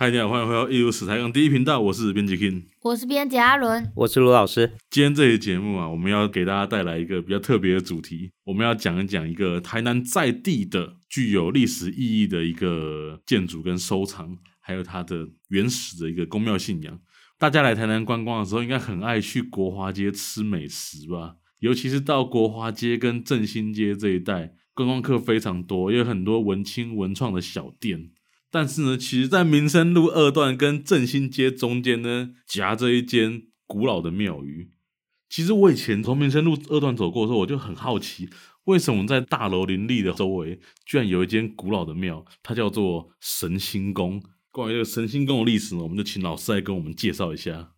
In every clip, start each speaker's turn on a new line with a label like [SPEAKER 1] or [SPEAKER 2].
[SPEAKER 1] 嗨，大家好，欢迎回到《一如史台港》第一频道，我是编辑 King。
[SPEAKER 2] 我是编辑阿伦，
[SPEAKER 3] 我是卢老师。
[SPEAKER 1] 今天这期节目啊，我们要给大家带来一个比较特别的主题，我们要讲一讲一个台南在地的具有历史意义的一个建筑跟收藏，还有它的原始的一个宫庙信仰。大家来台南观光的时候，应该很爱去国华街吃美食吧？尤其是到国华街跟振兴街这一带，观光客非常多，也有很多文青文创的小店。但是呢，其实，在民生路二段跟振兴街中间呢，夹着一间古老的庙宇。其实我以前从民生路二段走过的时候，我就很好奇，为什么在大楼林立的周围，居然有一间古老的庙，它叫做神兴宫。关于这个神兴宫的历史呢，我们就请老师来跟我们介绍一下。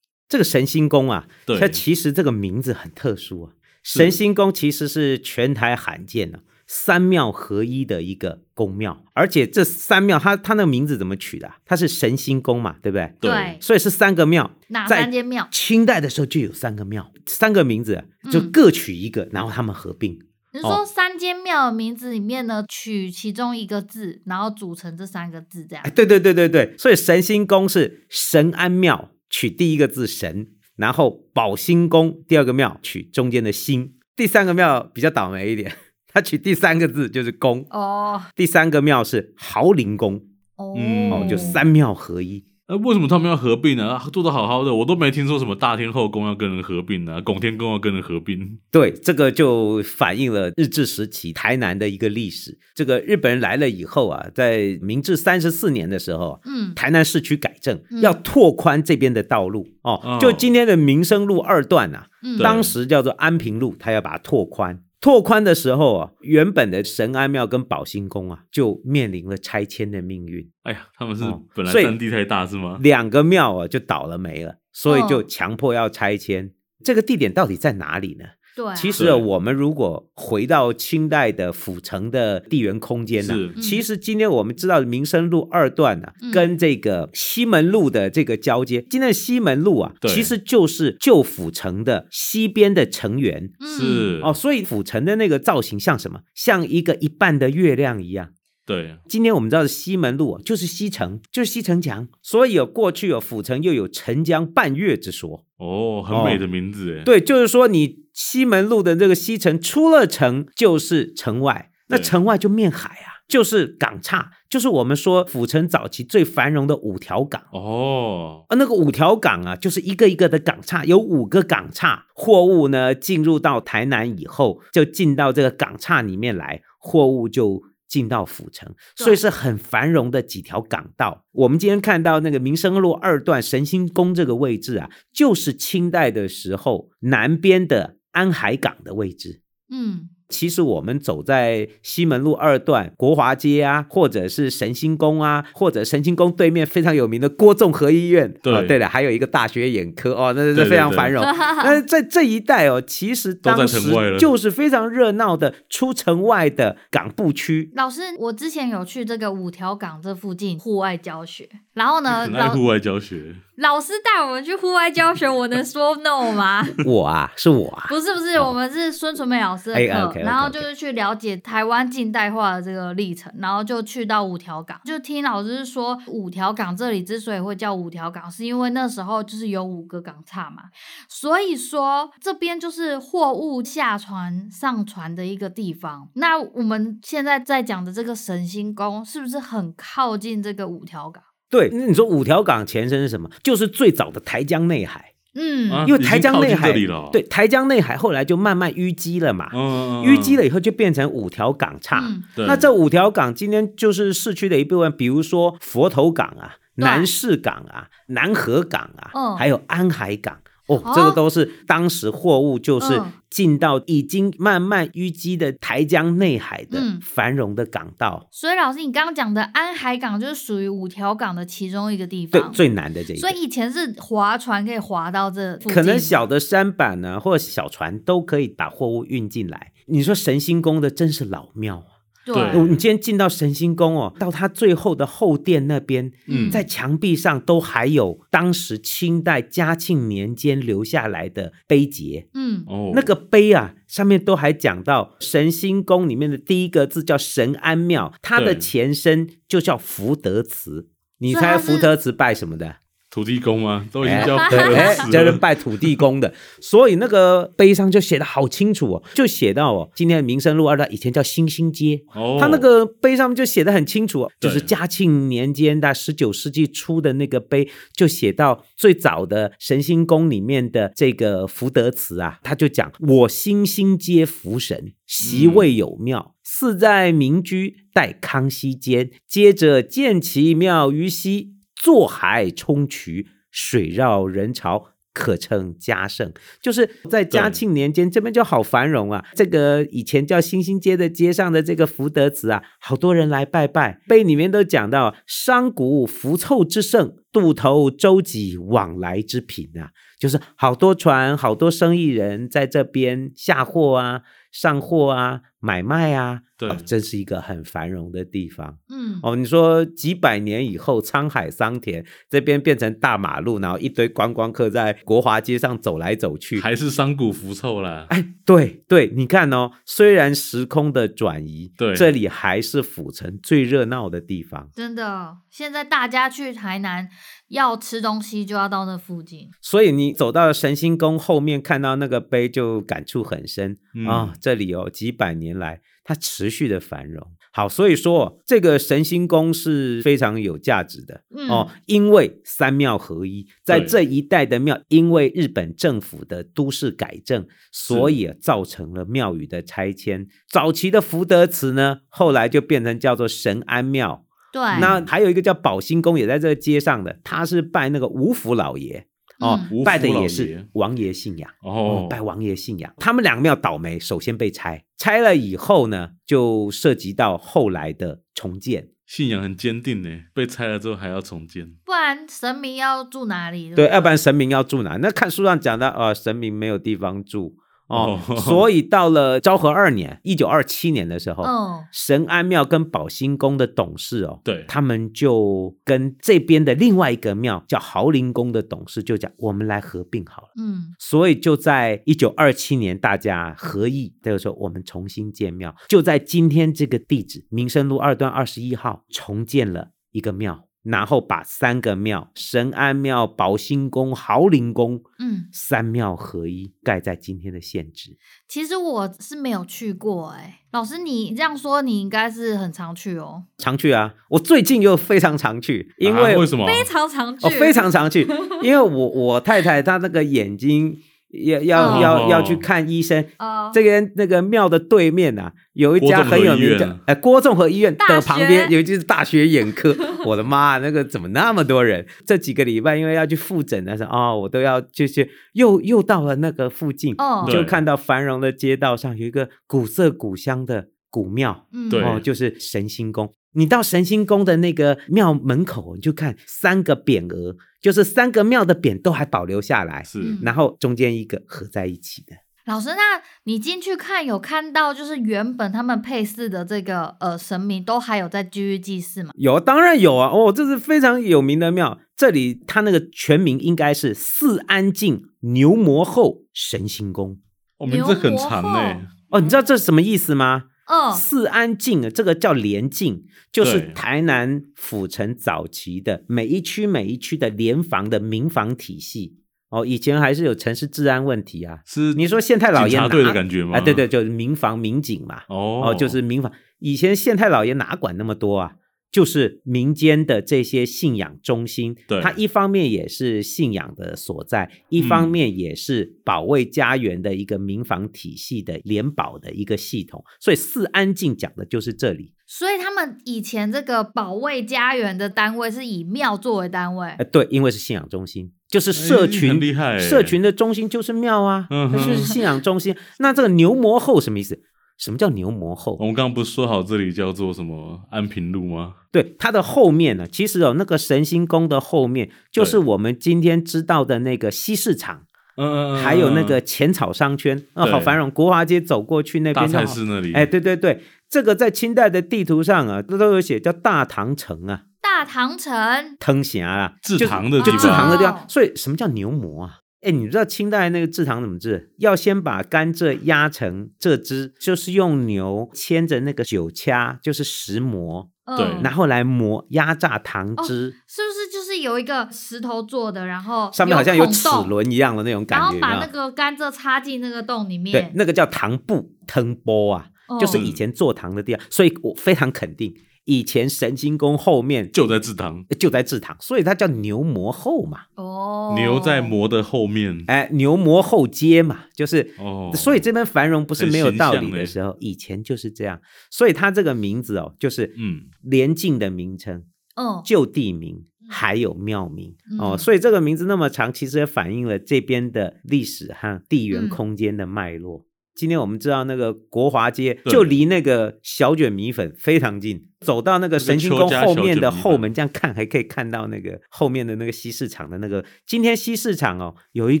[SPEAKER 3] 这个神兴宫啊，
[SPEAKER 1] 对
[SPEAKER 3] 它其实这个名字很特殊啊。神兴宫其实是全台罕见的、三庙合一的一个宫庙，而且这三庙它它那个名字怎么取的啊、它是神兴宫嘛，对不对？
[SPEAKER 1] 对，
[SPEAKER 3] 所以是三个庙，
[SPEAKER 2] 哪
[SPEAKER 3] 在
[SPEAKER 2] 三间庙？
[SPEAKER 3] 清代的时候就有三个庙，三个名字啊就
[SPEAKER 2] 嗯
[SPEAKER 3] 各取一个，然后他们合并。
[SPEAKER 2] 你是
[SPEAKER 3] 哦
[SPEAKER 2] 说三间庙的名字里面呢，取其中一个字，然后组成这三个字这样
[SPEAKER 3] 哎，？对对对对对，所以神兴宫是神安庙，取第一个字神，然后保兴宫第二个庙取中间的兴，第三个庙比较倒霉一点， 他取第三个字就是宫，
[SPEAKER 2] 哦
[SPEAKER 3] 第三个庙是豪林宫，
[SPEAKER 2] 哦
[SPEAKER 1] 嗯
[SPEAKER 3] 哦，就三庙合一。
[SPEAKER 1] 那、为什么他们要合并呢、啊？做的好好的，我都没听说什么大天后宫要跟人合并啊，拱天宫要跟人合并。
[SPEAKER 3] 对，这个就反映了日治时期台南的一个历史。这个日本人来了以后啊，在明治三十四年的时候啊，
[SPEAKER 2] 嗯
[SPEAKER 3] 台南市区改正，
[SPEAKER 2] 嗯
[SPEAKER 3] 要拓宽这边的道路
[SPEAKER 1] 哦
[SPEAKER 3] 哦，就今天的民生路二段啊，
[SPEAKER 2] 嗯，
[SPEAKER 1] 对
[SPEAKER 3] 当时叫做安平路，它要把它拓宽。拓宽的时候啊，原本的神安庙跟保兴宫啊，就面临了拆迁的命运，
[SPEAKER 1] 哎呀，他们是
[SPEAKER 3] 哦
[SPEAKER 1] 本来
[SPEAKER 3] 所以
[SPEAKER 1] 占地太大是吗？
[SPEAKER 3] 两个庙啊就倒了霉了，所以
[SPEAKER 2] 哦
[SPEAKER 3] 就强迫要拆迁。这个地点到底在哪里呢？
[SPEAKER 2] 对啊，
[SPEAKER 3] 其实啊
[SPEAKER 1] 对
[SPEAKER 3] 我们如果回到清代的府城的地缘空间呢、
[SPEAKER 1] 是
[SPEAKER 2] 嗯
[SPEAKER 3] 其实今天我们知道民生路二段呢、
[SPEAKER 2] 嗯
[SPEAKER 3] 跟这个西门路的这个交接，今天的西门路啊，
[SPEAKER 1] 对
[SPEAKER 3] 其实就是旧府城的西边的城垣
[SPEAKER 2] 嗯
[SPEAKER 1] 是
[SPEAKER 3] 哦，所以府城的那个造型像什么？像一个一半的月亮一样。
[SPEAKER 1] 对，
[SPEAKER 3] 今天我们知道的西门路啊就是西城，就是西城墙，所以有过去有府城又有城江半月之说。
[SPEAKER 1] 哦，很美的名字哎、
[SPEAKER 3] 对，就是说你西门路的这个西城出了城就是城外，那
[SPEAKER 1] 对
[SPEAKER 3] 城外就面海啊，就是港岔，就是我们说府城早期最繁荣的五条港。
[SPEAKER 1] 哦，
[SPEAKER 3] 啊，那个五条港啊，就是一个一个的港岔，有五个港岔，货物呢进入到台南以后，就进到这个港岔里面来，货物就进到府城，所
[SPEAKER 2] 对
[SPEAKER 3] 以是很繁荣的几条港道。我们今天看到那个民生路二段神兴宫这个位置啊，就是清代的时候南边的安海港的位置。
[SPEAKER 2] 嗯
[SPEAKER 3] 其实我们走在西门路二段、国华街啊，或者是神兴宫啊，或者神兴宫对面非常有名的郭仲和医院。
[SPEAKER 1] 对
[SPEAKER 3] 哦对了，还有一个大学眼科哦，那
[SPEAKER 1] 对
[SPEAKER 3] 是
[SPEAKER 1] 对
[SPEAKER 3] 非常繁荣。那在这一带哦，其实当
[SPEAKER 1] 都在城外
[SPEAKER 3] 时
[SPEAKER 1] 了
[SPEAKER 3] 就是非常热闹的出城外的港 埠区。
[SPEAKER 2] 老师，我之前有去这个五条港这附近户外教学，然后呢，
[SPEAKER 1] 很爱
[SPEAKER 2] 呃老
[SPEAKER 1] 户外教学。
[SPEAKER 2] 老师带我们去户外教学，我能说 no 吗？
[SPEAKER 3] 我啊，是我 啊，
[SPEAKER 2] 不是不是，
[SPEAKER 3] 哦
[SPEAKER 2] 我们是孙纯美老师的
[SPEAKER 3] 哎
[SPEAKER 2] 课，
[SPEAKER 3] ，OK，OK，OK
[SPEAKER 2] 然后就是去了解台湾近代化的这个历程，然后就去到五条港，就听老师说五条港这里之所以会叫五条港，是因为那时候就是有五个港岔嘛，所以说这边就是货物下船上船的一个地方。那我们现在在讲的这个神兴宫，是不是很靠近这个五条港？
[SPEAKER 3] 对，那你说五条港前身是什么？就是最早的台江内海，
[SPEAKER 2] 嗯，
[SPEAKER 1] 啊
[SPEAKER 3] 因为
[SPEAKER 1] 已经
[SPEAKER 3] 台江
[SPEAKER 1] 靠近
[SPEAKER 3] 内海
[SPEAKER 1] 这里了哦
[SPEAKER 3] 对台江内海后来就慢慢淤积了嘛，
[SPEAKER 1] 嗯，
[SPEAKER 3] 淤积
[SPEAKER 1] 了。
[SPEAKER 3] 了以后就变成五条港岔。
[SPEAKER 2] 嗯
[SPEAKER 1] 对
[SPEAKER 3] 那这五条港今天就是市区的一部分，比如说佛头港啊、
[SPEAKER 2] 对
[SPEAKER 3] 南市港啊、南河港啊，
[SPEAKER 2] 嗯
[SPEAKER 3] 还有安海港。哦
[SPEAKER 2] 哦，
[SPEAKER 3] 这个都是当时货物就是
[SPEAKER 2] 嗯
[SPEAKER 3] 进到已经慢慢淤积的台江内海的
[SPEAKER 2] 嗯
[SPEAKER 3] 繁荣的港道，
[SPEAKER 2] 所以老师，你刚刚讲的安海港就是属于五条港的其中一个地
[SPEAKER 3] 对
[SPEAKER 2] 方，
[SPEAKER 3] 最难的这一
[SPEAKER 2] 哦所
[SPEAKER 3] 个。
[SPEAKER 2] 以以前是划船可以划到这附近，
[SPEAKER 3] 可能小的舢板呢，或者小船都可以把货物运进来。你说神兴宫的真是老庙啊！
[SPEAKER 1] 对
[SPEAKER 3] 哦
[SPEAKER 2] 嗯
[SPEAKER 3] 你今天进到神兴宫哦，到它最后的后殿那边，
[SPEAKER 1] 嗯
[SPEAKER 3] 在墙壁上都还有当时清代嘉庆年间留下来的碑碣。
[SPEAKER 2] 嗯
[SPEAKER 1] 哦，
[SPEAKER 3] 那个碑啊，上面都还讲到神兴宫里面的第一个字叫神安庙，它的
[SPEAKER 1] 对
[SPEAKER 3] 前身就叫福德祠。你
[SPEAKER 2] 所以他
[SPEAKER 3] 猜
[SPEAKER 2] 是
[SPEAKER 3] 福特祠拜什么的？
[SPEAKER 1] 土地公吗？都已经
[SPEAKER 3] 哎
[SPEAKER 1] 叫
[SPEAKER 3] 对，哎
[SPEAKER 1] 死
[SPEAKER 3] 叫
[SPEAKER 1] 了
[SPEAKER 3] 人拜土地公的，所以那个碑上就写的好清楚哦，就写到哦，今天的民生路二段以前叫新兴街，
[SPEAKER 1] 哦，
[SPEAKER 3] 它那个碑上面就写的很清楚哦，就
[SPEAKER 1] 对
[SPEAKER 3] 是嘉庆年间在十九世纪初的那个碑，就写到最早的神兴宫里面的这个福德祠啊，他就讲我新兴街福神，席位有
[SPEAKER 1] 嗯
[SPEAKER 3] 庙。寺在民居，待康熙间。接着建其庙于西，坐海冲渠，水绕人潮，可称嘉盛。就是在嘉庆年间，这边就好繁荣啊。这个以前叫新兴街的街上的这个福德祠啊，好多人来拜拜。碑里面都讲到商贾福凑之盛，渡头周济往来之品啊，就是好多船、好多生意人在这边下货啊、上货啊、买卖啊。
[SPEAKER 1] 对
[SPEAKER 3] 啊真是一个很繁荣的地方。
[SPEAKER 2] 嗯，
[SPEAKER 3] 哦，你说几百年以后，沧海桑田这边变成大马路，然后一堆观光客在国华街上走来走去。
[SPEAKER 1] 还是商贾福凑啦。
[SPEAKER 3] 哎，对对，你看哦，虽然时空的转移，
[SPEAKER 1] 对
[SPEAKER 3] 这里还是府城最热闹的地方。
[SPEAKER 2] 真的，现在大家去台南要吃东西就要到那附近。
[SPEAKER 3] 所以你走到神兴宫后面，看到那个碑，就感触很深啊、
[SPEAKER 1] 嗯
[SPEAKER 3] 这里哦，几百年来它持续的繁荣。好，所以说这个神兴宫是非常有价值的。
[SPEAKER 2] 嗯，
[SPEAKER 3] 哦，因为三庙合一，在
[SPEAKER 1] 对
[SPEAKER 3] 这一带的庙，因为日本政府的都市改正，所以造成了庙宇的拆迁。早期的福德祠呢，后来就变成叫做神安庙。
[SPEAKER 2] 对，
[SPEAKER 1] 哎
[SPEAKER 3] 那还有一个叫宝兴宫，也在这个街上的，他是拜那个五府老爷哦
[SPEAKER 2] 嗯，
[SPEAKER 1] 五府
[SPEAKER 3] 拜的
[SPEAKER 1] 老
[SPEAKER 3] 也
[SPEAKER 1] 爷
[SPEAKER 3] 是王爷信仰。
[SPEAKER 1] 哦，
[SPEAKER 3] 拜王爷信仰，他们两个庙倒霉，首先被拆，拆了以后呢，就涉及到后来的重建，
[SPEAKER 1] 信仰很坚定呢，被拆了之后还要重建。
[SPEAKER 2] 不然神明要住哪里？
[SPEAKER 1] 嗯
[SPEAKER 3] 对，要不
[SPEAKER 2] 然
[SPEAKER 3] 然神明要住哪？那看书上讲的，呃，神明没有地方住哦，
[SPEAKER 1] 哦
[SPEAKER 3] 所以到了昭和二年，一九二七年的时候，
[SPEAKER 2] 嗯，
[SPEAKER 3] 神安庙跟宝兴宫的董事哦，
[SPEAKER 1] 对
[SPEAKER 3] 他们就跟这边的另外一个庙叫豪林宫的董事就讲，我们来合并好了。
[SPEAKER 2] 嗯
[SPEAKER 3] 所以就在一九二七年，大家合意，这个时候我们重新建庙，就在今天这个地址，民生路二段二十一号重建了一个庙，然后把三个庙——神安庙、宝兴宫、豪林宫
[SPEAKER 2] 嗯，
[SPEAKER 3] 三庙合一，盖在今天的县址。
[SPEAKER 2] 其实我是没有去过哎、老师你这样说，你应该是很常去 哦，
[SPEAKER 3] 常去啊，我最近又非常常去，因
[SPEAKER 1] 啊
[SPEAKER 3] 为
[SPEAKER 1] 为什么？
[SPEAKER 2] 非常常去，
[SPEAKER 3] 哦，非常 常去，因为我我太太她那个眼睛要要要要去
[SPEAKER 1] 哦
[SPEAKER 3] 看医生，
[SPEAKER 2] 呃，
[SPEAKER 3] 这边那个庙的对面啊，有一家很有名
[SPEAKER 1] 郭仲和医
[SPEAKER 3] 的
[SPEAKER 1] 院，
[SPEAKER 3] 哎，郭仲和医院
[SPEAKER 2] 大
[SPEAKER 3] 的
[SPEAKER 2] 学
[SPEAKER 3] 旁边有一就是大学眼 科。我的妈，那个怎么那么多人？这几个礼拜因为要去复诊的时候，哦，我都要就是又又到了那个附近，
[SPEAKER 2] 哦
[SPEAKER 3] 你就
[SPEAKER 1] 对
[SPEAKER 3] 看到繁荣的街道上有一个古色古香的古庙，
[SPEAKER 2] 嗯
[SPEAKER 1] 对
[SPEAKER 3] 哦，就是神兴宫。你到神兴宫的那个庙门口，你就看三个匾额，就是三个庙的匾都还保留下来，
[SPEAKER 1] 是
[SPEAKER 2] 嗯
[SPEAKER 3] 然后中间一个合在一起的。
[SPEAKER 2] 老师，那你进去看有看到就是原本他们配祀的这个呃神明都还有在继续祭祀吗？
[SPEAKER 3] 有，当然有啊！哦，这是非常有名的庙，这里它那个全名应该是四安境牛魔后神行宫。
[SPEAKER 1] 我名字哦很长
[SPEAKER 2] 牛魔
[SPEAKER 1] 呢。
[SPEAKER 3] 哦，你知道这是什么意思吗？
[SPEAKER 1] 哦
[SPEAKER 2] 嗯，
[SPEAKER 3] 四安境啊，这个叫连境，就是
[SPEAKER 1] 对
[SPEAKER 3] 台南府城早期的每一区每一区的联防的民防体系。哦，以前还是有城市治安问题啊。
[SPEAKER 1] 是
[SPEAKER 3] 你说县太老爷
[SPEAKER 1] 警察
[SPEAKER 3] 拿
[SPEAKER 1] 队的感觉吗？
[SPEAKER 3] 啊，对对，，就是民防民警嘛。
[SPEAKER 1] 哦
[SPEAKER 3] 哦，就是民法。以前县太老爷哪管那么多啊？就是民间的这些信仰中心，
[SPEAKER 1] 对
[SPEAKER 3] 它一方面也是信仰的所在，一方
[SPEAKER 1] 嗯
[SPEAKER 3] 面也是保卫家园的一个民防体系的联保的一个系统。所以四安境讲的就是这里。
[SPEAKER 2] 所以他们以前这个保卫家园的单位是以庙作为单位
[SPEAKER 3] 呃，，对，因为是信仰中心，就是社
[SPEAKER 1] 哎
[SPEAKER 3] 群
[SPEAKER 1] 很厉害欸
[SPEAKER 3] 社群的中心就是庙啊，
[SPEAKER 1] 嗯
[SPEAKER 3] 它就
[SPEAKER 1] 哼
[SPEAKER 3] 是信仰中心。那这个牛魔后什么意思？什么叫牛魔后？
[SPEAKER 1] 我们刚刚不是说好这里叫做什么安平路吗？
[SPEAKER 3] 对，它的后面呢，其实哦，那个神兴宫的后面，就是我们今天知道的那个西市场，
[SPEAKER 1] 嗯嗯，嗯
[SPEAKER 3] 还有那个浅草商圈，哦，
[SPEAKER 1] 对
[SPEAKER 3] 好繁荣！国华街走过去那
[SPEAKER 1] 大
[SPEAKER 3] 边就
[SPEAKER 1] 菜
[SPEAKER 3] 好
[SPEAKER 1] 市。那里。
[SPEAKER 3] 哎，对对对，这个在清代的地图上啊，这都有写叫大唐城啊，
[SPEAKER 2] 大唐城
[SPEAKER 3] 藤峡啊，
[SPEAKER 1] 制
[SPEAKER 3] 就
[SPEAKER 1] 糖的
[SPEAKER 3] 就
[SPEAKER 1] 地
[SPEAKER 3] 制糖的地
[SPEAKER 2] 哦
[SPEAKER 3] 方。所以什么叫牛魔啊？哎，你知道清代那个制糖怎么制？要先把甘蔗压成蔗汁，就是用牛牵着那个酒掐，就是石磨，
[SPEAKER 2] 嗯
[SPEAKER 1] 对
[SPEAKER 3] 然后来磨压榨糖
[SPEAKER 2] 哦
[SPEAKER 3] 汁，
[SPEAKER 2] 是不是就是有一个石头做的，然后
[SPEAKER 3] 上面好像有
[SPEAKER 2] 哦有
[SPEAKER 3] 齿
[SPEAKER 2] 孔洞，
[SPEAKER 3] 轮一样的那种感
[SPEAKER 2] 然
[SPEAKER 3] 觉，
[SPEAKER 2] 后
[SPEAKER 3] 有
[SPEAKER 2] 把
[SPEAKER 3] 没
[SPEAKER 2] 那
[SPEAKER 3] 有
[SPEAKER 2] 个甘蔗插进那个洞里
[SPEAKER 3] 对，
[SPEAKER 2] 面，
[SPEAKER 3] 那个叫糖布腾波啊，就是
[SPEAKER 2] 哦
[SPEAKER 3] 以前做糖的地方，所以我非常肯定，以前神清宫后面
[SPEAKER 1] 就在制糖，
[SPEAKER 3] 就在制糖，所以它叫牛魔后嘛，
[SPEAKER 2] 哦，
[SPEAKER 1] 牛在膜的后面。
[SPEAKER 3] 哎，牛魔后街嘛，就是。
[SPEAKER 1] 哦，
[SPEAKER 3] 所以这边繁荣不是没有
[SPEAKER 1] 很形
[SPEAKER 3] 道
[SPEAKER 1] 象
[SPEAKER 3] 理的
[SPEAKER 1] 欸
[SPEAKER 3] 时候，以前就是这样，所以它这个名字哦，就是
[SPEAKER 1] 嗯
[SPEAKER 3] 连晋的名称，
[SPEAKER 2] 嗯，
[SPEAKER 3] 就地名还有庙名、哦，
[SPEAKER 2] 嗯
[SPEAKER 3] 所以这个名字那么长，其实也反映了这边的历史和地缘
[SPEAKER 2] 嗯
[SPEAKER 3] 空间的脉络。今天我们知道那个国华街
[SPEAKER 1] 对
[SPEAKER 3] 就离那个小邱卷米粉非常近，走到那个神清宫
[SPEAKER 1] 邱家
[SPEAKER 3] 后面的
[SPEAKER 1] 小卷米粉
[SPEAKER 3] 后门，这样看还可以看到那个后面的那个西市场的那个。今天西市场哦，有一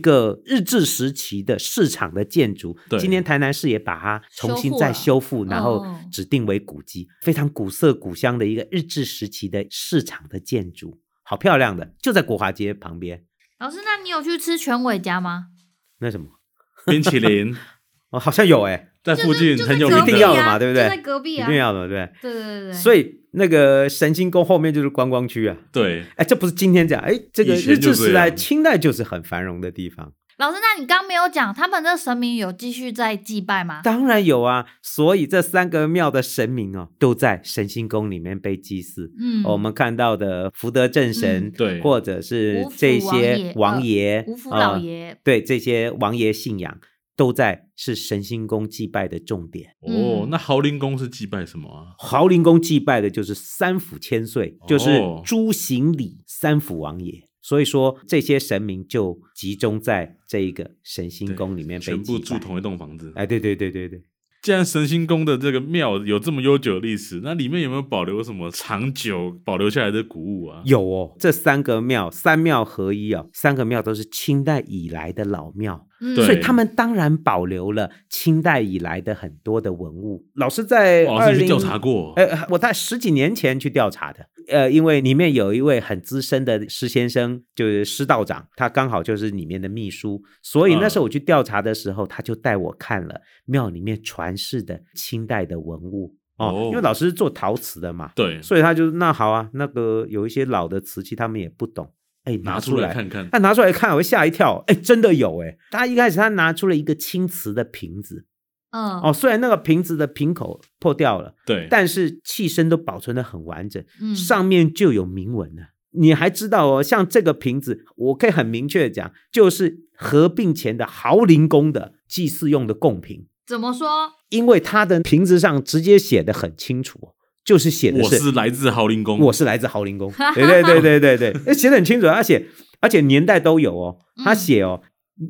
[SPEAKER 3] 个日治时期的市场的建筑，
[SPEAKER 1] 对
[SPEAKER 3] 今天台南市也把它重新
[SPEAKER 2] 修复
[SPEAKER 3] 再
[SPEAKER 2] 了
[SPEAKER 3] 修复，然后
[SPEAKER 2] 哦
[SPEAKER 3] 指定为古迹，非常古色古香的一个日治时期的市场的建筑，好漂亮的，就在国华街旁边。
[SPEAKER 2] 老师，那你有去吃全伟家吗？
[SPEAKER 3] 那什么，
[SPEAKER 1] 冰淇 淋
[SPEAKER 3] 哦，好像有哎、
[SPEAKER 1] 在附
[SPEAKER 2] 就
[SPEAKER 1] 近
[SPEAKER 2] 在
[SPEAKER 1] 很有
[SPEAKER 2] 隔
[SPEAKER 1] 名
[SPEAKER 2] 壁
[SPEAKER 3] 一定要的
[SPEAKER 2] 啊
[SPEAKER 3] 嘛对不对
[SPEAKER 2] 就在隔壁
[SPEAKER 3] 一
[SPEAKER 2] 啊，
[SPEAKER 3] 定要的，对
[SPEAKER 2] 对对对
[SPEAKER 3] 不
[SPEAKER 2] 对，
[SPEAKER 3] 对？所以那个神清宫后面就是观光区啊。
[SPEAKER 1] 对，
[SPEAKER 3] 哎，这不是今天讲，哎，这个
[SPEAKER 1] 以前
[SPEAKER 3] 日
[SPEAKER 1] 就
[SPEAKER 3] 治时
[SPEAKER 1] 这
[SPEAKER 3] 代、
[SPEAKER 1] 样
[SPEAKER 3] 清代就是很繁荣的地方。
[SPEAKER 2] 老师，那你刚没有讲，他们的神明有继续在祭拜吗？
[SPEAKER 3] 当然有啊，所以这三个庙的神明哦，都在神心宫里面被祭祀。
[SPEAKER 2] 嗯，
[SPEAKER 3] 哦我们看到的福德正神，
[SPEAKER 2] 嗯
[SPEAKER 1] 对
[SPEAKER 3] 或者是
[SPEAKER 2] 五府
[SPEAKER 3] 这
[SPEAKER 2] 王
[SPEAKER 3] 些
[SPEAKER 2] 爷
[SPEAKER 3] 王
[SPEAKER 2] 呃
[SPEAKER 3] 爷、
[SPEAKER 2] 吴福
[SPEAKER 3] 呃
[SPEAKER 2] 老爷，
[SPEAKER 3] 对这些王爷信仰，都在是神心宫祭拜的重点。
[SPEAKER 1] 哦
[SPEAKER 2] 嗯，
[SPEAKER 1] 那豪林宫是祭拜什么啊？
[SPEAKER 3] 豪林宫祭拜的就是三府千岁，就是
[SPEAKER 1] 哦
[SPEAKER 3] 朱行礼三府王爷。所以说，这些神明就集中在这一个神心
[SPEAKER 1] 对
[SPEAKER 3] 宫里面被
[SPEAKER 1] 全部
[SPEAKER 3] 祭
[SPEAKER 1] 住
[SPEAKER 3] 拜
[SPEAKER 1] 同一栋房子。
[SPEAKER 3] 哎，对对对对对，
[SPEAKER 1] 既然神心宫的这个庙有这么悠久的历史，那里面有没有保留什么长久保留下来的古物啊？
[SPEAKER 3] 有哦，这三个庙三庙合一哦，三个庙都是清代以来的老庙，
[SPEAKER 2] 嗯
[SPEAKER 1] 对
[SPEAKER 3] 所以他们当然保留了清代以来的很多的文物。老师在
[SPEAKER 1] 老
[SPEAKER 3] 二
[SPEAKER 1] 师去
[SPEAKER 3] 零
[SPEAKER 1] 调查过，
[SPEAKER 3] 呃，我在十几年前去调查的，呃，因为里面有一位很资深的施先生，就是施道长，他刚好就是里面的秘书，所以那
[SPEAKER 1] 嗯
[SPEAKER 3] 时候我去调查的时候，他就带我看了庙里面传世的清代的文物哦，
[SPEAKER 1] 哦
[SPEAKER 3] 因为老师是做陶瓷的嘛，
[SPEAKER 1] 对，
[SPEAKER 3] 所以他就那好啊，那个有一些老的瓷器他们也不懂，哎，
[SPEAKER 1] 拿
[SPEAKER 3] 出
[SPEAKER 1] 出
[SPEAKER 3] 来
[SPEAKER 1] 来。看看。
[SPEAKER 3] 他拿出来看，我吓一跳，哎，真的有哎！他一开始他拿出了一个青瓷的瓶子，
[SPEAKER 2] 嗯
[SPEAKER 3] 哦，虽然那个瓶子的瓶口破掉了，
[SPEAKER 1] 对，
[SPEAKER 3] 但是器身都保存的很完整，
[SPEAKER 2] 嗯
[SPEAKER 3] 上面就有铭文了。你还知道哦，像这个瓶子，我可以很明确的讲，就是合并前的豪林宫的祭祀用的贡品，
[SPEAKER 2] 怎么说？
[SPEAKER 3] 因为它的瓶子上直接写的很清楚哦，就是写的
[SPEAKER 1] 我
[SPEAKER 3] 是
[SPEAKER 1] 是来自豪林宫，
[SPEAKER 3] 我是来自 豪林宫，对对对对对对，哎写的很清楚，而且而且年代都有哦，
[SPEAKER 2] 嗯
[SPEAKER 3] 他写哦、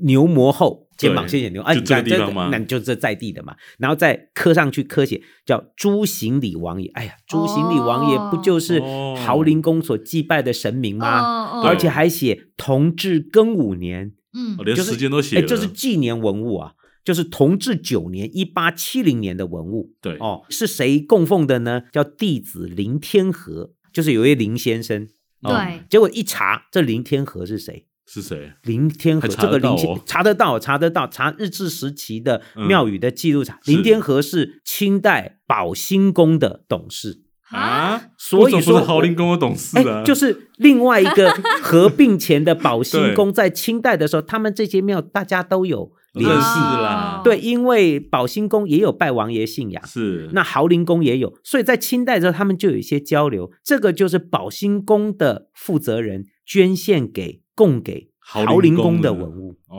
[SPEAKER 3] 牛魔后肩膀
[SPEAKER 1] 对
[SPEAKER 3] 先写牛，哎、
[SPEAKER 1] 就
[SPEAKER 3] 你
[SPEAKER 1] 这个
[SPEAKER 3] 看
[SPEAKER 1] 地方吗
[SPEAKER 3] 那你就这在地的嘛，然后再刻上去刻写叫朱行礼王爷，哎呀，朱行礼王爷
[SPEAKER 2] 哦
[SPEAKER 3] 不就是
[SPEAKER 1] 哦
[SPEAKER 3] 豪林宫所祭拜的神明吗？
[SPEAKER 2] 嗯
[SPEAKER 1] 对
[SPEAKER 3] 而且还写同治庚午年，
[SPEAKER 2] 嗯
[SPEAKER 1] 哦连
[SPEAKER 3] 就是
[SPEAKER 1] 时间都
[SPEAKER 3] 哎，
[SPEAKER 1] 写了，
[SPEAKER 3] 这是纪年文物啊，就是同治九年一八七零年的文物。
[SPEAKER 1] 对，
[SPEAKER 3] 哦，是谁供奉的呢？叫弟子林天和，就是有一位林先生。哦、
[SPEAKER 2] 对
[SPEAKER 3] 结果一查，这林天和是谁？
[SPEAKER 1] 是谁？
[SPEAKER 3] 林天和
[SPEAKER 1] 还查
[SPEAKER 3] 这个
[SPEAKER 1] 得到
[SPEAKER 3] 林天
[SPEAKER 1] 哦
[SPEAKER 3] 查得到，查得到，查日治时期的
[SPEAKER 1] 嗯
[SPEAKER 3] 庙宇的记录查。
[SPEAKER 1] 是
[SPEAKER 3] 林天和是清代保兴宫的董事，
[SPEAKER 2] 啊，
[SPEAKER 3] 所以
[SPEAKER 1] 为什
[SPEAKER 3] 说
[SPEAKER 1] 么不是豪林宫的董事
[SPEAKER 3] 哎、
[SPEAKER 1] 啊，
[SPEAKER 3] 就是另外一 个合并前的保兴宫，在清代的时候，他们这些庙大家都有
[SPEAKER 1] 认
[SPEAKER 3] 联
[SPEAKER 1] 识
[SPEAKER 3] 系。
[SPEAKER 1] 啦
[SPEAKER 2] 哦，
[SPEAKER 3] 对，因为保兴宫也有拜王爷信仰，
[SPEAKER 1] 是
[SPEAKER 3] 那豪林宫也有，所以在清代的时候，他们就有一些交流。这个就是保兴宫的负责人捐献给供给豪
[SPEAKER 1] 豪林
[SPEAKER 3] 林宫
[SPEAKER 1] 宫
[SPEAKER 3] 的
[SPEAKER 1] 的嗯
[SPEAKER 3] 文物。
[SPEAKER 1] 哦，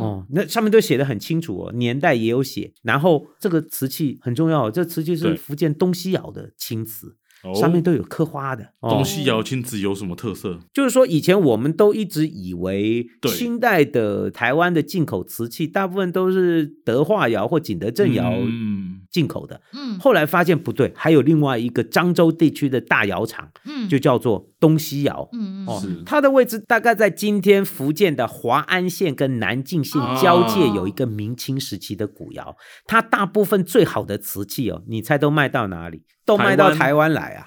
[SPEAKER 3] 哦，那上面都写的很清楚哦，年代也有写。然后这个瓷器很重要哦，这瓷器是
[SPEAKER 1] 对
[SPEAKER 3] 福建东西窑的青瓷，
[SPEAKER 1] 哦
[SPEAKER 3] 上面都有刻花的。哦
[SPEAKER 1] 东，西窑亲子有什么特色？
[SPEAKER 3] 就是说以前我们都一直以为
[SPEAKER 1] 对
[SPEAKER 3] 清代的台湾的进口瓷器大部分都是德化窑或景德镇窑
[SPEAKER 1] 嗯，
[SPEAKER 3] 进口的，
[SPEAKER 2] 嗯
[SPEAKER 3] 后来发现不对，还有另外一个漳州地区的大窑厂，
[SPEAKER 2] 嗯
[SPEAKER 3] 就叫做东西窑。
[SPEAKER 2] 嗯嗯
[SPEAKER 3] 哦
[SPEAKER 1] 是，
[SPEAKER 3] 它的位置大概在今天福建的华安县跟南靖县交界，
[SPEAKER 2] 哦
[SPEAKER 3] 有一个明清时期的古窑。它大部分最好的瓷器哦，你猜都卖到哪里？都卖到台
[SPEAKER 1] 台
[SPEAKER 3] 湾来啊！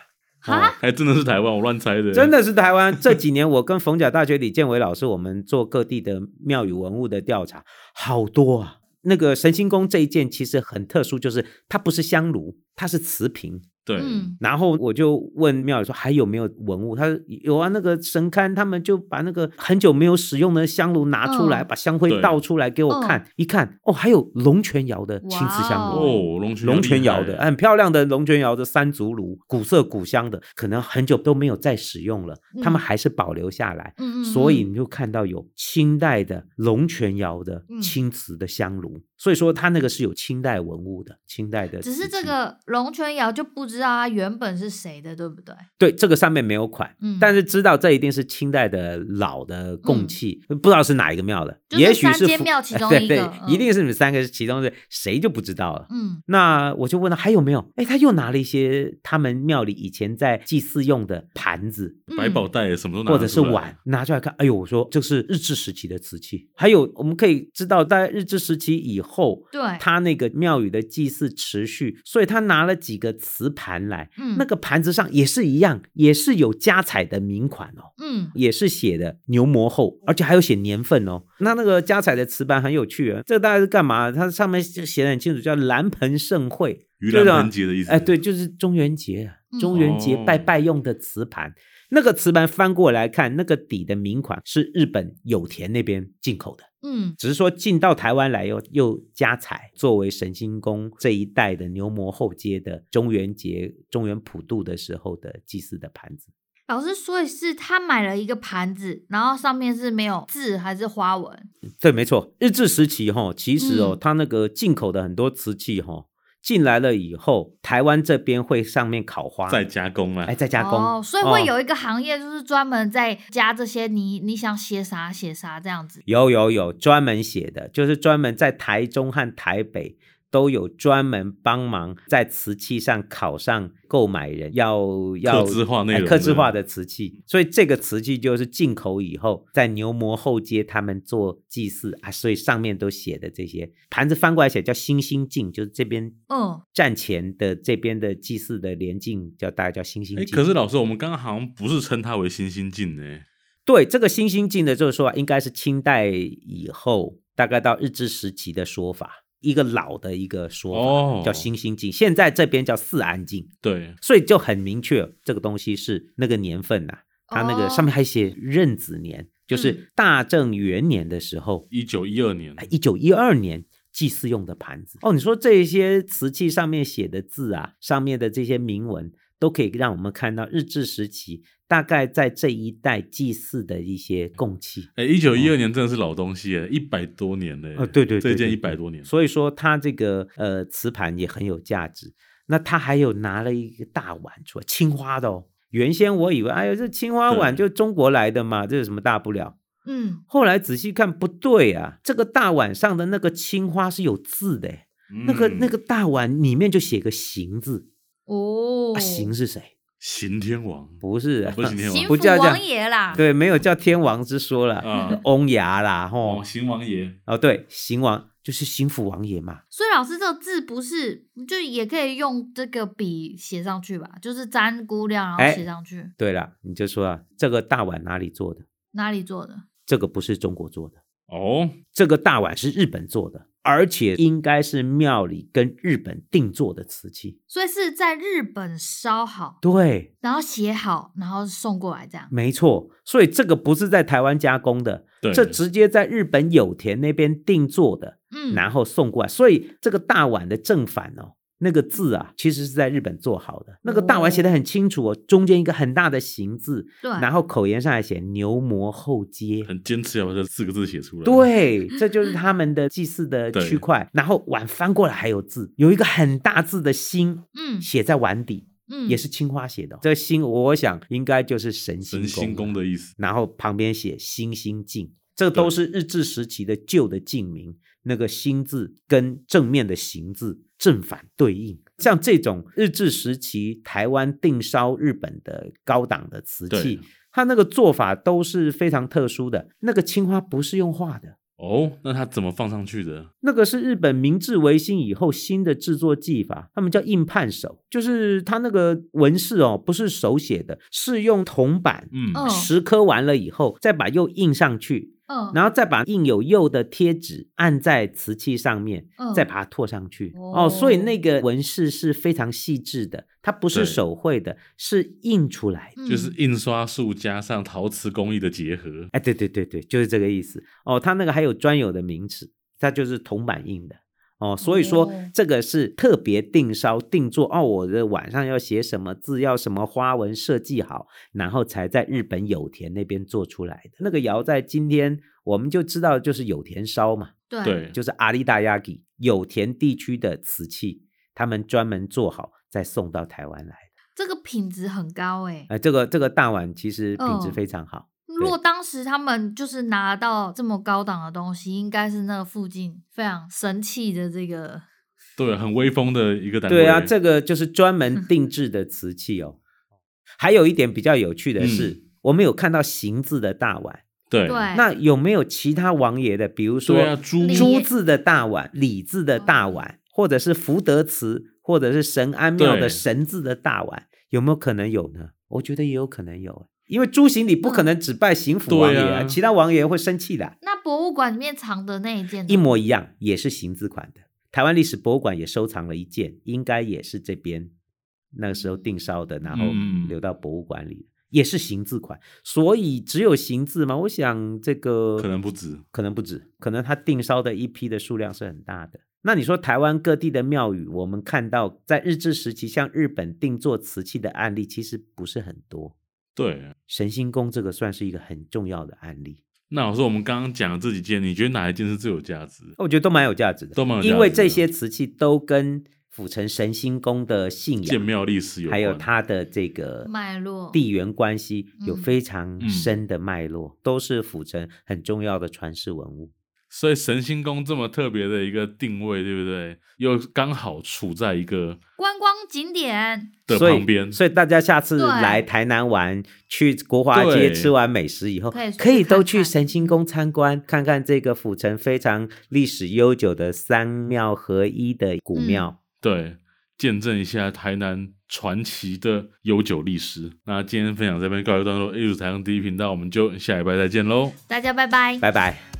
[SPEAKER 2] 啊，
[SPEAKER 1] 还真的是台湾，我乱猜的，
[SPEAKER 3] 真的是台湾。这几年我跟逢甲大学李建伟老师，我们做各地的庙宇文物的调查，好多啊。那个神心宫这一件其实很特殊，就是它不是香炉，它是瓷瓶。
[SPEAKER 1] 对，
[SPEAKER 2] 嗯，
[SPEAKER 3] 然后我就问庙宇说还有没有文物？他说有啊，那个神龛他们就把那个很久没有使用的香炉拿出来，
[SPEAKER 2] 嗯
[SPEAKER 3] 把香灰
[SPEAKER 1] 对
[SPEAKER 3] 倒出来给我看，一看哦，还有龙泉窑的青瓷香
[SPEAKER 2] 哇
[SPEAKER 3] 炉。
[SPEAKER 1] 哦，龙泉
[SPEAKER 3] 龙泉窑
[SPEAKER 1] 厉
[SPEAKER 3] 的
[SPEAKER 1] 害
[SPEAKER 3] 很漂亮的龙泉窑的三足炉，古色古香的，可能很久都没有再使用了，他们
[SPEAKER 2] 嗯
[SPEAKER 3] 还是保留下来。
[SPEAKER 2] 嗯嗯，
[SPEAKER 3] 所以
[SPEAKER 2] 嗯
[SPEAKER 3] 你就看到有清代的龙泉窑的
[SPEAKER 2] 嗯
[SPEAKER 3] 青瓷的香炉，所以说它那个是有清代文物的，清代的瓷
[SPEAKER 2] 只
[SPEAKER 3] 器。
[SPEAKER 2] 是这个龙泉窑就不知道它原本是谁的，对不对？
[SPEAKER 3] 对这个上面没有款，
[SPEAKER 2] 嗯
[SPEAKER 3] 但是知道这一定是清代的老的供器，不知道是哪一个庙的，
[SPEAKER 2] 嗯就是
[SPEAKER 3] 也许是
[SPEAKER 2] 三间
[SPEAKER 3] 福
[SPEAKER 2] 庙其 中
[SPEAKER 3] 对
[SPEAKER 2] 一个
[SPEAKER 3] 对
[SPEAKER 2] 嗯
[SPEAKER 3] 一定是你们三个是其中的，谁就不知道了。
[SPEAKER 2] 嗯
[SPEAKER 3] 那我就问他还有没有？哎，他又拿了一些他们庙里以前在祭祀用的盘子，
[SPEAKER 1] 百
[SPEAKER 2] 嗯
[SPEAKER 1] 宝袋什么都拿
[SPEAKER 3] 或者是
[SPEAKER 1] 出来
[SPEAKER 3] 碗，拿出来看，哎呦，我说这是日治时期的瓷器。还有我们可以知道，在日治时期以后，
[SPEAKER 2] 对，
[SPEAKER 3] 他那个庙宇的祭祀持续，所以他拿了几个瓷盘来，
[SPEAKER 2] 嗯
[SPEAKER 3] 那个盘子上也是一样，也是有加彩的名款哦。
[SPEAKER 2] 嗯
[SPEAKER 3] 也是写的牛磨厚，而且还有写年份哦。那那个加彩的瓷盘很有趣啊，这个大概是干嘛？它上面写的很清楚，叫蓝盆盛会，
[SPEAKER 1] 盂
[SPEAKER 3] 就是
[SPEAKER 1] 兰盆节的意思。
[SPEAKER 3] 哎，对，就是中元节啊，
[SPEAKER 2] 嗯
[SPEAKER 3] 中元节拜
[SPEAKER 1] 哦
[SPEAKER 3] 拜用的瓷盘。那个瓷盘翻过来看，那个底的名款是日本有田那边进口的，
[SPEAKER 2] 嗯
[SPEAKER 3] 只是说进到台湾来又又加彩，作为神心宫这一带的牛魔后街的中元节、中元普渡的时候的祭祀的盘子。
[SPEAKER 2] 老师，所以是他买了一个盘子，然后上面是没有字还是花纹？
[SPEAKER 3] 对，没错，日治时期哈，其实哦，
[SPEAKER 2] 嗯
[SPEAKER 3] 它那个进口的很多瓷器哈，进来了以后，台湾这边会上面烤花，
[SPEAKER 1] 再加工啊啦
[SPEAKER 3] 哎，，再加工，
[SPEAKER 2] 哦，所以会
[SPEAKER 3] 哦
[SPEAKER 2] 有一个行业就是专门在加这些你你想写啥写啥这样子。
[SPEAKER 3] 有有有专门写的，就是专门在台中和台北都有专门帮忙在瓷器上考上购买人，要要
[SPEAKER 1] 客制化内
[SPEAKER 3] 哎
[SPEAKER 1] 容
[SPEAKER 3] 客制
[SPEAKER 1] 的
[SPEAKER 3] 化的瓷器。所以这个瓷器就是进口以后，在牛磨后街他们做祭祀啊，所以上面都写的这些盘子翻过来写叫星星镜，就是这边
[SPEAKER 2] 嗯，
[SPEAKER 3] 站前的这边的祭祀的连镜叫大家叫星星
[SPEAKER 1] 哎，
[SPEAKER 3] 镜。
[SPEAKER 1] 可是老师，我们刚刚好像不是称它为新兴镜呢，
[SPEAKER 3] 对这个新兴进的这个说法，应该是清代以后，大概到日治时期的说法，一个老的一个说法、
[SPEAKER 1] 哦
[SPEAKER 3] 叫新兴进，现在这边叫四安进，
[SPEAKER 1] 对，
[SPEAKER 3] 所以就很明确，这个东西是那个年份呐、它那个
[SPEAKER 2] 哦
[SPEAKER 3] 上面还写壬子年，
[SPEAKER 2] 嗯
[SPEAKER 3] 就是大正元年的时候，
[SPEAKER 1] 一九一二年，
[SPEAKER 3] 哎一九一二年祭祀用的盘子。哦，你说这些瓷器上面写的字啊，上面的这些铭文，都可以让我们看到日治时期大概在这一代祭祀的一些供器。
[SPEAKER 1] 哎，一九一二年真的是老东西耶，一百多年嘞，
[SPEAKER 3] 啊哦对对对
[SPEAKER 1] 这件
[SPEAKER 3] 对
[SPEAKER 1] 一百多年，
[SPEAKER 3] 所以说，它这个呃瓷盘也很有价值。那他还有拿了一个大碗出来，青花的哦。原先我以为，哎呦，这青花碗
[SPEAKER 1] 对
[SPEAKER 3] 就中国来的嘛，这有什么大不了？
[SPEAKER 2] 嗯，
[SPEAKER 3] 后来仔细看，不对啊，这个大碗上的那个青花是有字的诶，欸那个
[SPEAKER 1] 嗯
[SPEAKER 3] 那个大碗里面就写个“邢”字，
[SPEAKER 2] 哦，
[SPEAKER 3] 啊，邢是谁？
[SPEAKER 1] 刑天王
[SPEAKER 3] 不是
[SPEAKER 1] 啊
[SPEAKER 3] 啊，
[SPEAKER 1] 不是刑天
[SPEAKER 2] 行
[SPEAKER 1] 王
[SPEAKER 3] 不
[SPEAKER 2] 府
[SPEAKER 3] 叫这样
[SPEAKER 2] 王爷啦，
[SPEAKER 3] 对，没有叫天王之说了，
[SPEAKER 1] 啊，
[SPEAKER 3] 翁牙啦，吼
[SPEAKER 1] 哦，，邢王爷，
[SPEAKER 3] 哦，对，邢王就是邢府王爷嘛，
[SPEAKER 2] 所以老师，这个字不是就也可以用这个笔写上去吧？就是沾估量，然
[SPEAKER 3] 哎
[SPEAKER 2] 后写上去。
[SPEAKER 3] 对了，你就说啊，这个大碗哪里做的？
[SPEAKER 2] 哪里做的？
[SPEAKER 3] 这个不是中国做的，
[SPEAKER 1] 哦，
[SPEAKER 3] 这个大碗是日本做的，而且应该是庙里跟日本定做的瓷器。
[SPEAKER 2] 所以是在日本烧好，
[SPEAKER 3] 对，
[SPEAKER 2] 然后写好，然后送过来这样。
[SPEAKER 3] 没错，所以这个不是在台湾加工的，
[SPEAKER 1] 对，
[SPEAKER 3] 这直接在日本有田那边定做的。
[SPEAKER 2] 嗯，
[SPEAKER 3] 然后送过来。所以这个大碗的正反哦，那个字啊，其实是在日本做好的。那个大碗写的很清楚哦，中间一个很大的“行”字，
[SPEAKER 2] 对，
[SPEAKER 3] 然后口沿上还写“牛磨后街”。
[SPEAKER 1] 很坚持要把这四个字写出来，，
[SPEAKER 3] 对，这就是他们的祭祀 的
[SPEAKER 1] 对
[SPEAKER 3] 区块。然后碗翻过来还有字，有一个很大字的“心
[SPEAKER 2] 嗯”
[SPEAKER 3] 写在碗底，
[SPEAKER 2] 嗯
[SPEAKER 3] 也是青花写的哦、这个“心”，我想应该就是神
[SPEAKER 1] 神
[SPEAKER 3] 心
[SPEAKER 1] 心
[SPEAKER 3] 宫
[SPEAKER 1] 宫的意思，
[SPEAKER 3] 然后旁边写“新兴镜”，这都是日治时期的旧的镜名，那个“新”字跟正面的“行”字正反对应。像这种日治时期台湾定烧日本的高档的瓷器
[SPEAKER 1] 对，
[SPEAKER 3] 它那个做法都是非常特殊的。那个青花不是用画的，
[SPEAKER 1] 哦，那它怎么放上去的？
[SPEAKER 3] 那个是日本明治维新以后新的制作技法，他们叫硬判手，就是它那个纹饰哦，不是手写的，是用铜板
[SPEAKER 1] 嗯，
[SPEAKER 2] 嗯
[SPEAKER 3] 石刻完了以后，再把釉印上去，
[SPEAKER 2] 嗯，
[SPEAKER 3] 然后再把印有釉的贴纸按在瓷器上面，
[SPEAKER 2] 嗯
[SPEAKER 3] 再把它拓上去。
[SPEAKER 2] 哦
[SPEAKER 3] 哦，所以那个纹饰是非常细致的，它不是
[SPEAKER 1] 对
[SPEAKER 3] 手绘的，是印出来的。
[SPEAKER 1] 就是
[SPEAKER 2] 嗯
[SPEAKER 1] 印刷术加上陶瓷工艺的结合。
[SPEAKER 3] 哎，对对对对，就是这个意思。哦，它那个还有专有的名词，它就是铜板印的。哦，所以说
[SPEAKER 2] 哦
[SPEAKER 3] 这个是特别定烧定做哦，我的晚上要写什么字，要什么花纹设计好，然后才在日本有田那边做出来的。那个窑在今天我们就知道就是有田烧嘛，
[SPEAKER 2] 对
[SPEAKER 1] 对，
[SPEAKER 3] 就是阿里达亚吉有田地区的瓷器，他们专门做好再送到台湾来。
[SPEAKER 2] 这个品质很高哎、
[SPEAKER 3] 哎、这个这个大碗其实品质
[SPEAKER 2] 哦
[SPEAKER 3] 非常好。
[SPEAKER 2] 如果当时他们就是拿到这么高档的东西，应该是那附近非常神气的这个
[SPEAKER 1] 对，很威风的一个单位。
[SPEAKER 3] 对啊，这个就是专门定制的瓷器
[SPEAKER 1] 嗯
[SPEAKER 3] 哦。还有一点比较有趣的是，我们有看到形字的大碗，
[SPEAKER 1] 对啊
[SPEAKER 2] 对，
[SPEAKER 3] 那有没有其他王爷的，比如
[SPEAKER 1] 对啊，
[SPEAKER 3] 说
[SPEAKER 1] 猪
[SPEAKER 2] 哎礼
[SPEAKER 3] 朱字的大碗、李字的大碗，或者是福德祠，或者是神安庙
[SPEAKER 1] 对
[SPEAKER 3] 的神字的大碗，有没有可能有呢？我觉得也有可能有，因为朱行礼不可能只拜行府王爷、
[SPEAKER 1] 对啊
[SPEAKER 3] 其他王爷会生气的。
[SPEAKER 2] 那博物馆里面藏的那一件呢
[SPEAKER 3] 一模一样，也是行字款的。台湾历史博物馆也收藏了一件，应该也是这边那个时候定烧的，然后
[SPEAKER 1] 嗯
[SPEAKER 3] 留到博物馆里的，也是行字款。所以只有行字吗？我想这个
[SPEAKER 1] 可能不止。
[SPEAKER 3] 可能不止，可能它定烧的一批的数量是很大的。那你说台湾各地的庙宇，我们看到在日治时期像日本定做瓷器的案例，其实不是很多。
[SPEAKER 1] 对，
[SPEAKER 3] 神心宫这个算是一个很重要的案例。
[SPEAKER 1] 那老师，我们刚刚讲的这几件，你觉得哪一件是最有价值？
[SPEAKER 3] 我觉得都蛮有价值的，
[SPEAKER 1] 都蛮有价值的
[SPEAKER 3] 因为这些瓷器都跟府城神心宫的信
[SPEAKER 1] 建
[SPEAKER 3] 仰，
[SPEAKER 1] 庙历史有关，
[SPEAKER 3] 还有它的这个
[SPEAKER 2] 脉络
[SPEAKER 3] 地缘关系
[SPEAKER 2] 嗯
[SPEAKER 3] 有非常
[SPEAKER 1] 嗯
[SPEAKER 3] 深的脉络，都是府城很重要的传世文物。
[SPEAKER 1] 所以神星宫这么特别的一个定位，对不对？又刚好处在一个
[SPEAKER 2] 观光景点，
[SPEAKER 1] 的
[SPEAKER 3] 所
[SPEAKER 1] 旁
[SPEAKER 3] 以，
[SPEAKER 1] 边，
[SPEAKER 3] 所以大家下次
[SPEAKER 2] 对
[SPEAKER 3] 来台南玩，去国华街
[SPEAKER 1] 对
[SPEAKER 3] 吃完美食以后
[SPEAKER 2] 可以，去
[SPEAKER 3] 可以都去
[SPEAKER 2] 看看
[SPEAKER 3] 神心宫参观，看看这个府城非常历史悠久的三庙合一的古
[SPEAKER 2] 嗯
[SPEAKER 3] 庙。
[SPEAKER 1] 对，见证一下台南传奇的悠久历史。那今天分享这边告一段落，艺术台上第一频道，我们就下礼拜再见喽。
[SPEAKER 2] 大家拜拜。
[SPEAKER 3] 拜拜。